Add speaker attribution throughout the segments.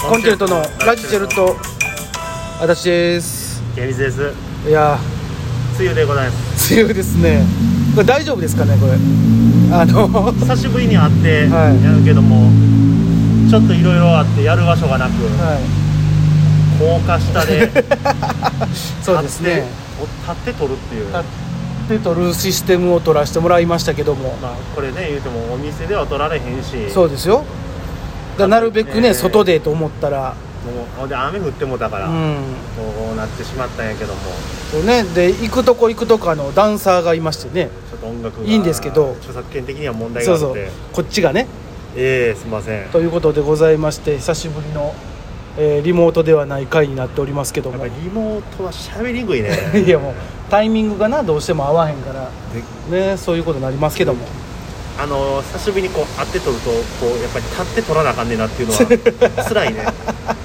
Speaker 1: コンチェルトのラジチェルト私です
Speaker 2: ケリスです梅
Speaker 1: いや
Speaker 2: 雨でございます
Speaker 1: ー梅雨ですねこれ大丈夫ですかねこれあの
Speaker 2: 久しぶりに会って
Speaker 1: はい
Speaker 2: やるけども、ちょっといろいろあってやる場所がなく
Speaker 1: は
Speaker 2: 高架下で立って
Speaker 1: い そうですね
Speaker 2: お立って撮るっていう
Speaker 1: 立で撮るシステムを撮らせてもらいましたけども
Speaker 2: まあこれね言うてもお店では撮られへんし
Speaker 1: そうですよだなるべくね、
Speaker 2: えー
Speaker 1: 外でと思ったら
Speaker 2: もうほんで雨降ってもだから、
Speaker 1: うん
Speaker 2: こうなってしまったんやけども
Speaker 1: そうねで行くとこ行くとこあのダンサーがいましてね
Speaker 2: ちょっと音楽が
Speaker 1: いいんですけど
Speaker 2: 著作権的には問題が
Speaker 1: そ
Speaker 2: あ
Speaker 1: う
Speaker 2: って
Speaker 1: そうこっちがね
Speaker 2: ええすいませんや
Speaker 1: ということでございまして久しぶりの、えーリモートではない回になっておりますけど
Speaker 2: っ
Speaker 1: も
Speaker 2: ぱり
Speaker 1: い
Speaker 2: リモートは喋りにくいね
Speaker 1: やもうタイミングがなどうしても合わへんから
Speaker 2: で
Speaker 1: ねそういうことになりますけども
Speaker 2: あの久しぶりにこう会って撮るとこうやっぱり立って撮らなあかんねんなっていうの は辛いね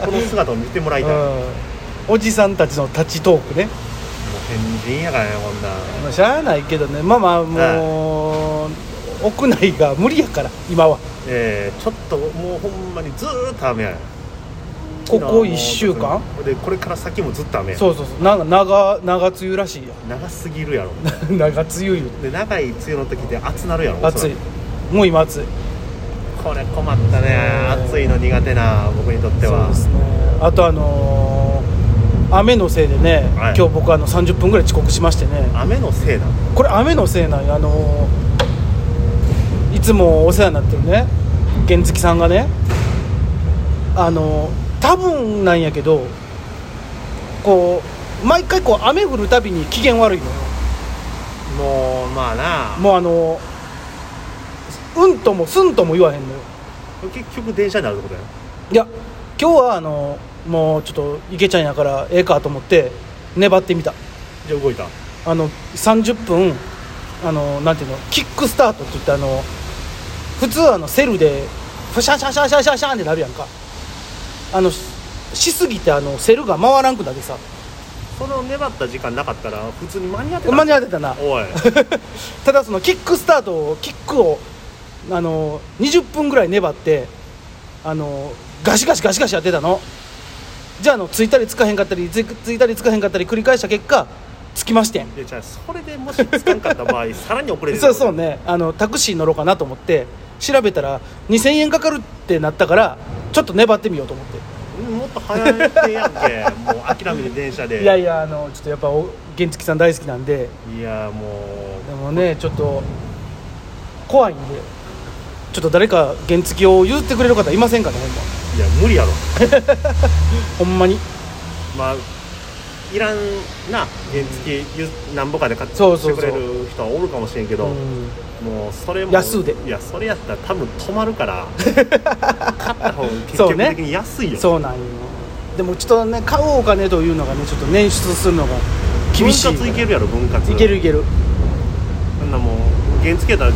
Speaker 2: この姿を見てもらいたい、もう
Speaker 1: うんおじさんたちの立ちトークね
Speaker 2: 変人やからねこんなん
Speaker 1: まあしゃあないけどねまあまあもう、屋内が無理やから今は
Speaker 2: えー、ちょっともうほんまにずーっと雨やね
Speaker 1: ここ
Speaker 2: 昨日も
Speaker 1: 1週間
Speaker 2: でこれから先もずっと雨や
Speaker 1: そうそうそうな長長梅雨らしいや
Speaker 2: 長すぎるやろ
Speaker 1: 長梅雨言う
Speaker 2: で長い梅雨の時で暑なるやろ
Speaker 1: 暑い
Speaker 2: おそ
Speaker 1: もう今暑い
Speaker 2: らくこれ困ったね
Speaker 1: うん
Speaker 2: 暑いの苦手な僕にとって
Speaker 1: そう
Speaker 2: は
Speaker 1: ですねあとあのー雨のせいでね、
Speaker 2: はい
Speaker 1: 今日僕あの30分ぐらい遅刻しましてね
Speaker 2: 雨のせいなの
Speaker 1: これ雨のせいなんやあのーいつもお世話になってるね原付さんがねあのー多分なんやけどこう毎回こう雨降るたびに機嫌悪いのよ
Speaker 2: もうまあな
Speaker 1: もうあのーうんともすんとも言わへんのよ
Speaker 2: 結局電車になるってことや
Speaker 1: いや今日はあのーもうちょっといけちゃんやからええかと思って粘ってみた
Speaker 2: じゃあ動いた
Speaker 1: あの30分あのなんていうのキックスタートって言ってあの普通あのセルでフシャンシャンシャンシャンシャンシャンってなるやんかあのししすぎてあのセルが回らんくなってさ
Speaker 2: その粘った時間なかったら普通に間に合ってた
Speaker 1: 間に合ってたな
Speaker 2: おい
Speaker 1: ただそのキックスタートをキックをあの20分ぐらい粘ってあのガシガシガシガシやってたのじゃああのついたりつかへんかったりついついたりつかへんかったり繰り返した結果つきましてん
Speaker 2: でじゃあそれでもしつかんかっ た場合さらに遅れて
Speaker 1: そうそうねあのタクシー乗ろうかなと思って調べたら2000円かかるってなったからちょっと粘ってみようと思って、
Speaker 2: うんもっと早 いってやんけもう諦めて電車で
Speaker 1: いやいやあのちょっとやっぱお原付さん大好きなんで
Speaker 2: いやも
Speaker 1: でもねちょっと怖いんでちょっと誰か原付を譲ってくれる方いませんかね
Speaker 2: ういや無理やろ
Speaker 1: ほんまほんまに
Speaker 2: まあいらんな原付ゆなんぼかで買って
Speaker 1: そうそうそう
Speaker 2: してくれる人はおるかもしれんけど、
Speaker 1: うん
Speaker 2: もうそれも
Speaker 1: 安うで
Speaker 2: いやそれやったら多分止まるから 買った方が結
Speaker 1: そう
Speaker 2: 局
Speaker 1: ね
Speaker 2: 的に安いよ
Speaker 1: そうなんよでもちょっとね買おうお金というのがねちょっと捻出するのが厳しい
Speaker 2: 分割いけるやろ分割
Speaker 1: いけるいける
Speaker 2: そんなもう原付やったら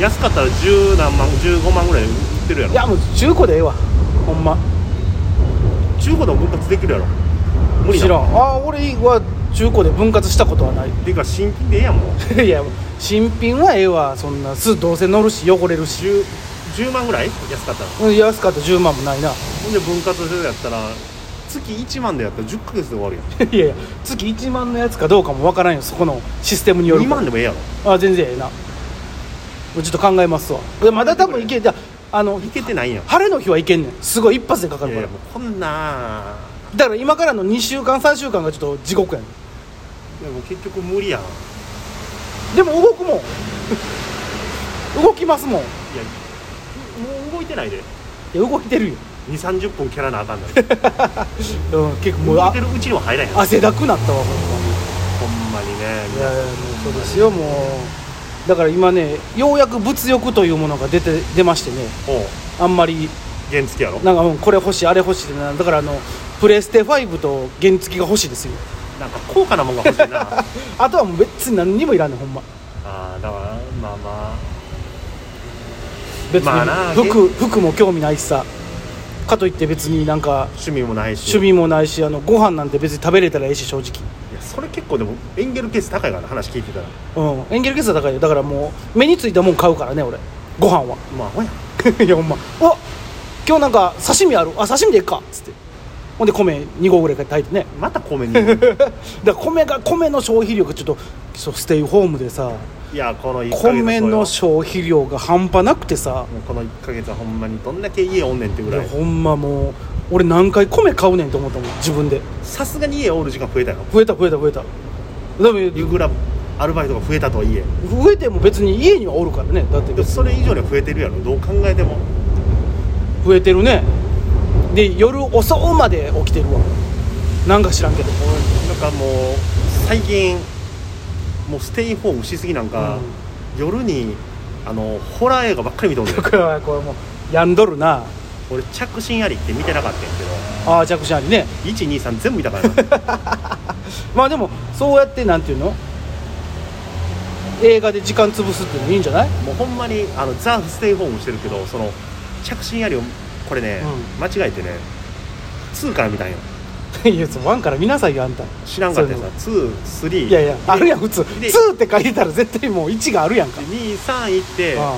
Speaker 2: 安かったら十何万15万ぐらい売ってるやろ
Speaker 1: いやもう中古でええわほんま
Speaker 2: 中古でも分割できるやろ無理
Speaker 1: 知
Speaker 2: な
Speaker 1: らんああ俺は中古で分割したことはない
Speaker 2: ていうか新品でええやんもう
Speaker 1: いや新品はええわそんなすどうせ乗るし汚れるし
Speaker 2: 10, 10万ぐらい安かったら
Speaker 1: うん安かった10万もない な
Speaker 2: ほんで分割でやったら月1万でやったら10ヶ月で終わるやん
Speaker 1: いやいや月1万のやつかどうかもわからんよそこのシステムによる
Speaker 2: 2万でもええやろ
Speaker 1: あ全然ええなもうちょっと考えますわでまだ多分いけじゃあの
Speaker 2: いけてないやん
Speaker 1: 晴れの日はいけんねんすごい一発でかか
Speaker 2: い
Speaker 1: る
Speaker 2: や
Speaker 1: か
Speaker 2: い
Speaker 1: ら
Speaker 2: やもうこんな
Speaker 1: だから今からの2週間3週間がちょっと地獄やね
Speaker 2: でも結局無理やんい
Speaker 1: んでも動くもん 動きますもんい
Speaker 2: やもう動いてないで
Speaker 1: や動いてるよ、
Speaker 2: 2三3 0分蹴らなあかんのに
Speaker 1: うん、結構もう
Speaker 2: 動い
Speaker 1: あ
Speaker 2: てるうちには入らへんほん
Speaker 1: 汗だくなったわほんま
Speaker 2: まにね
Speaker 1: いやいやもうそうですよもうだから今ねようやく物欲というものが出て出ましてね
Speaker 2: おう
Speaker 1: あんまり
Speaker 2: 原付やろ
Speaker 1: なんかうんこれ欲しいあれ欲しいってなだからあのプレステ5と原付が欲しいですよ
Speaker 2: なんか高価なもんが欲しいなあ
Speaker 1: あとはもう別に何にもいらんねんほんま
Speaker 2: あだからまあま
Speaker 1: 別に
Speaker 2: まあな
Speaker 1: 服服も興味ないしさかといって別になんか
Speaker 2: あ趣味もないし
Speaker 1: 趣味もないしあのご飯なんて別に食べれたらええし正
Speaker 2: いやそれ結構でもエンゲルケース高いからな話聞いてたら
Speaker 1: 直うんエンゲルケースは高いよ だからもう目についたもん買うからね俺ご飯は
Speaker 2: まあほや
Speaker 1: いやほんまうわ今日なんか刺身あるあ刺身でいっか」っつってほんで米2合ぐらい炊いてね
Speaker 2: ま た米に
Speaker 1: だから米が米の消費量がちょっとそうステイホームでさ
Speaker 2: いやこの1ヶ月
Speaker 1: 米の
Speaker 2: そ
Speaker 1: 消費量が半端なくてさ
Speaker 2: うよもうこの1ヶ月はほんまにどんだけ家おんねんってぐ
Speaker 1: い
Speaker 2: ら
Speaker 1: や
Speaker 2: い
Speaker 1: ほんまもう俺何回米買うねんと思ったもん自分で
Speaker 2: さすがに家おる時間増えたよ
Speaker 1: 増えた増えた増えたでも
Speaker 2: いくらアルバイトが増えたとはいえ
Speaker 1: 増えても別に家にはおるからねだって
Speaker 2: でもそれ以上には増えてるやろどう考えても
Speaker 1: 増えてるねで夜遅うまで起きてるわなんか知らんけど
Speaker 2: もうなんかもう最近もうステイホームしすぎなんか、夜にあのホラー映画ばっかり見とんねん
Speaker 1: だからこれもうやんどるな
Speaker 2: 俺着信ありって見てなかったんや
Speaker 1: ああ着信ありね
Speaker 2: けど123全部見たからな
Speaker 1: まあでもそうやってなんていうの映画で時間潰すっていうのいいんじゃない
Speaker 2: もうほんまにあのザ・ステイホームしてるけどその着信ありをこれね、間違えてね2から見たんよ
Speaker 1: いやそワンから見なさいよあんた
Speaker 2: 知らんかったやつさ
Speaker 1: いやい
Speaker 2: 2323
Speaker 1: やあるやん普通
Speaker 2: で
Speaker 1: 2って書いてたら絶対もう1があるやんか、
Speaker 2: 行って
Speaker 1: あ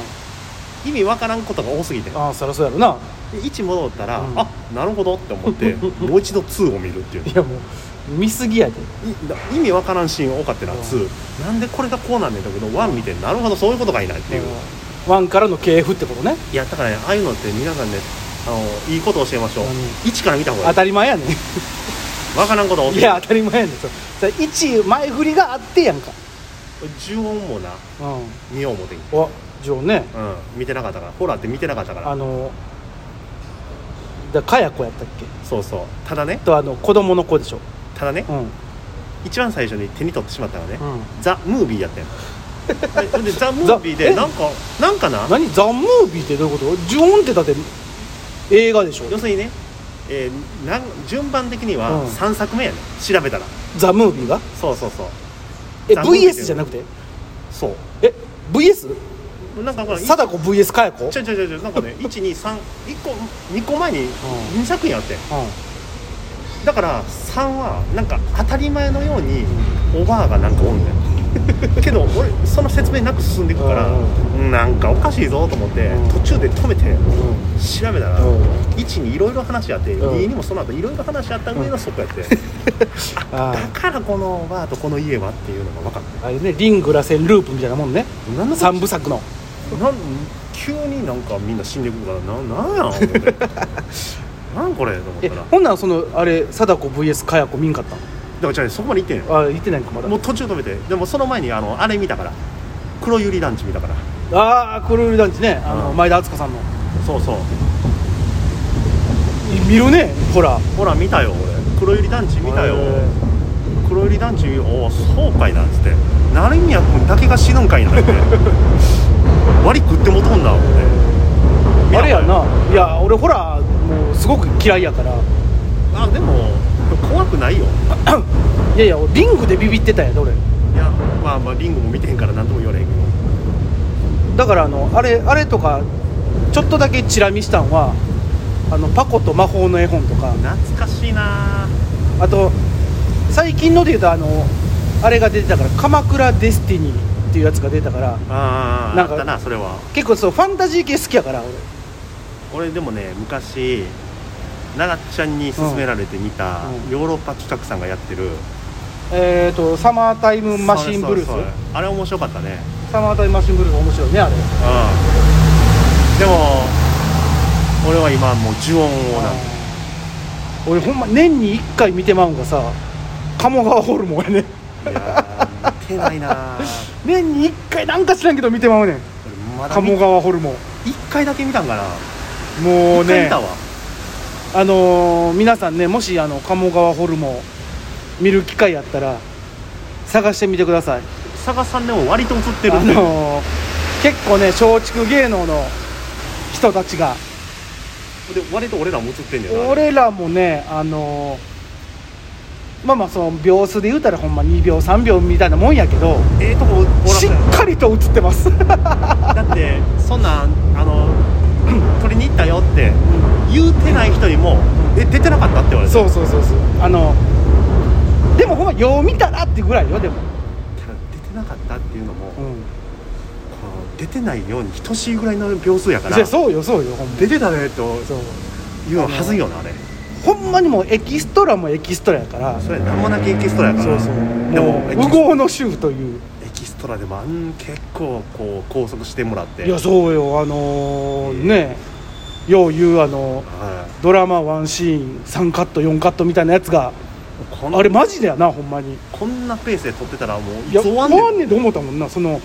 Speaker 2: 意味わからんことが多すぎて
Speaker 1: あああそりゃそうやろな
Speaker 2: で1戻ったら、
Speaker 1: うん
Speaker 2: あなるほどって思って もう一度2を見るっていう
Speaker 1: いやもう見すぎやで
Speaker 2: いな意味わからんシーン多かったな
Speaker 1: うん
Speaker 2: 2なんでこれがこうなんねんだけど1見てなるほどそういうことがいないっていう、
Speaker 1: ワンからの系譜ってことね
Speaker 2: いやだからねああいうのって皆さんねあのいいことを教えましょう
Speaker 1: うん
Speaker 2: 1から見た方が
Speaker 1: 当
Speaker 2: い
Speaker 1: たり前やね
Speaker 2: いわからんこと多
Speaker 1: い
Speaker 2: い
Speaker 1: や当たり前やねそうさ1前振りがあってやんか
Speaker 2: 10音もな
Speaker 1: う
Speaker 2: 見よう思てん
Speaker 1: んおジョーね
Speaker 2: うん見てなかったからホラーって見てなかったから
Speaker 1: あのだかや子やったっけ
Speaker 2: そうそうただね
Speaker 1: とあの子供の子でしょ
Speaker 2: ただね
Speaker 1: うん、うん、
Speaker 2: 一番最初に手に取ってしまったのはね、ザ・ムービー やったよでほんでザ・ムービー
Speaker 1: ザ
Speaker 2: で
Speaker 1: え
Speaker 2: なんかなんかな
Speaker 1: 何ザ・ムービーってどういうことジョーンってだって映画でしょ
Speaker 2: 要するにね、えーなん順番的には
Speaker 1: うん
Speaker 2: 3作目やね、調べたら
Speaker 1: ザ・ムービーが
Speaker 2: そうそうそう
Speaker 1: え
Speaker 2: ザムービーって
Speaker 1: VS じゃなくて
Speaker 2: そ
Speaker 1: え VS?
Speaker 2: うなんかほらいちょ
Speaker 1: 貞子 VS かや子
Speaker 2: ちょちょちょなん かね1231個2個前に2作品あって、
Speaker 1: う
Speaker 2: だから3はなんか当たり前のようにおばあがなんかおんねん けど俺その説明なく進んでいくから
Speaker 1: うん
Speaker 2: なんかおかしいぞと思って
Speaker 1: うん
Speaker 2: 途中で止めて
Speaker 1: ん、うん
Speaker 2: 調べたら
Speaker 1: うん
Speaker 2: 1にいろいろ話あって
Speaker 1: うん
Speaker 2: 2にもその後いろいろ話あった上のそこやって
Speaker 1: あ
Speaker 2: だからこのバーとこの家はっていうのが分かった
Speaker 1: ああれねリング螺旋ループみたいなもんね
Speaker 2: なんだ
Speaker 1: 三部作の
Speaker 2: なん急になんかみんな死んでいくからななんやん 思ってなんこれと思っ
Speaker 1: え
Speaker 2: たらだか
Speaker 1: ほんならそのあれ貞子 VS かや子見んかった
Speaker 2: らじゃあねそこまで行ってんよ
Speaker 1: のあ言ってないんかまだ
Speaker 2: もう途中止めてでもその前にあのあれ見たから黒百合団地見たから
Speaker 1: ああクルール団地ねあの、
Speaker 2: うん
Speaker 1: 前田敦子さんの
Speaker 2: そうそう
Speaker 1: 見るねほら
Speaker 2: ほら見たよ俺黒百合団地見たよ
Speaker 1: え
Speaker 2: 黒百合団地おおそうかいなんつって成宮君だけが死ぬんかいなって 割り食ってもとんだ思って見
Speaker 1: ー
Speaker 2: た
Speaker 1: あれやないや俺ほらもうすごく嫌いやから
Speaker 2: あでも怖くないよ
Speaker 1: いやいや俺リングでビビってたんやで俺
Speaker 2: いやまあまあリングも見てへんから何とも言われへんけど
Speaker 1: だからあのあれあれとかちょっとだけチラ見したんはあのパコと魔法の絵本とか
Speaker 2: 懐かしいな
Speaker 1: あと最近ので言うとあのあれが出てたから「鎌倉デスティニー」っていうやつが出たから
Speaker 2: ああ
Speaker 1: なん
Speaker 2: あ
Speaker 1: か
Speaker 2: ったなそれは
Speaker 1: 結構そうファンタジー系好きやから俺
Speaker 2: 俺でもね昔長っちゃんに勧められて見た、
Speaker 1: うん
Speaker 2: ヨーロッパ企画さんがやってる
Speaker 1: えっ、ー、とサマータイムマシンブルース
Speaker 2: そうそうそうあれ面白かったね
Speaker 1: サマータイムマシンブルース面白いねあれ
Speaker 2: うんでも俺は今もう呪音をな
Speaker 1: 俺ほんま年に1回見てまうんがさ鴨川ホルモンやね
Speaker 2: いやー見てないな
Speaker 1: 年に1回なんか知らんけど見てまうねん
Speaker 2: 俺まだ見
Speaker 1: 鴨川ホルモン
Speaker 2: 一回だけ見たんかな
Speaker 1: もう
Speaker 2: 一回見
Speaker 1: ね
Speaker 2: たわ
Speaker 1: あのー皆さんねもしあの鴨川ホルモン見る機会やったら探してみてください
Speaker 2: 佐賀さんでも割と映ってる
Speaker 1: あ
Speaker 2: んで、
Speaker 1: のー結構ね松竹芸能の人たちが
Speaker 2: で割と俺らも映ってんだよな
Speaker 1: 俺らもねあのーまあまあその秒数で言うたらほんま2秒3秒みたいなもんやけど
Speaker 2: ええとこおら
Speaker 1: し
Speaker 2: せ
Speaker 1: っかりと映ってます
Speaker 2: だってそんなんあの 取りに行ったよって言うてない人にも「え出てなかった?」って言われて
Speaker 1: そうそうそうそうあのでもほんまよう見たらってぐらいよでも、
Speaker 2: 出てなかったっていうのも、
Speaker 1: う
Speaker 2: こ
Speaker 1: ん、
Speaker 2: の出てないように等しいぐらいの秒数やから
Speaker 1: じゃそうよそうよほんま
Speaker 2: 出てたねと
Speaker 1: そう
Speaker 2: 言うのはずいよなあれ
Speaker 1: ほんまにもうエキストラもエキストラやから
Speaker 2: それなんもなきエキストラやから
Speaker 1: そうそう
Speaker 2: で
Speaker 1: も
Speaker 2: も
Speaker 1: う
Speaker 2: エキス
Speaker 1: 無謀の主婦という
Speaker 2: エキストラでもあん結構こう拘束してもらって
Speaker 1: いやそうよあのーねよう言うあの
Speaker 2: は
Speaker 1: ドラマワンシーン3カット4カットみたいなやつが
Speaker 2: いこん
Speaker 1: あれマジだよなほんまに
Speaker 2: こんなペースで撮ってたらもう
Speaker 1: い
Speaker 2: い
Speaker 1: や
Speaker 2: つ終わん
Speaker 1: 終わんね
Speaker 2: ね
Speaker 1: んと思ったもんなその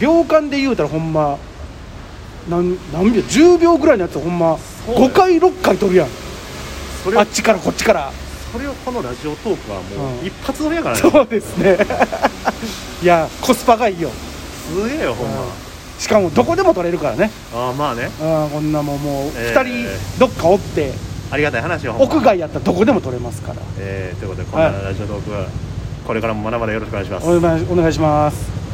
Speaker 1: 秒間で言うたらほんまなん何秒10秒ぐらいのやつほんま
Speaker 2: そうよ
Speaker 1: 5回6回撮るやん
Speaker 2: それ
Speaker 1: あ
Speaker 2: を
Speaker 1: っちからこっちから
Speaker 2: それをこのラジオトークはも
Speaker 1: う
Speaker 2: うん一発撮りやからねす
Speaker 1: そうです ねいやコスパがいいよ
Speaker 2: げえよほんま
Speaker 1: しかもどこでも撮れるからね
Speaker 2: ああまあね
Speaker 1: あーこんなもんもう
Speaker 2: えー
Speaker 1: 2人どっかおって
Speaker 2: ありがたい話よほんま
Speaker 1: 屋外やったらどこでも撮れますから
Speaker 2: えーということでこんなラジオトークはこれからもまだまだよろしくお願いします
Speaker 1: お願いお願いします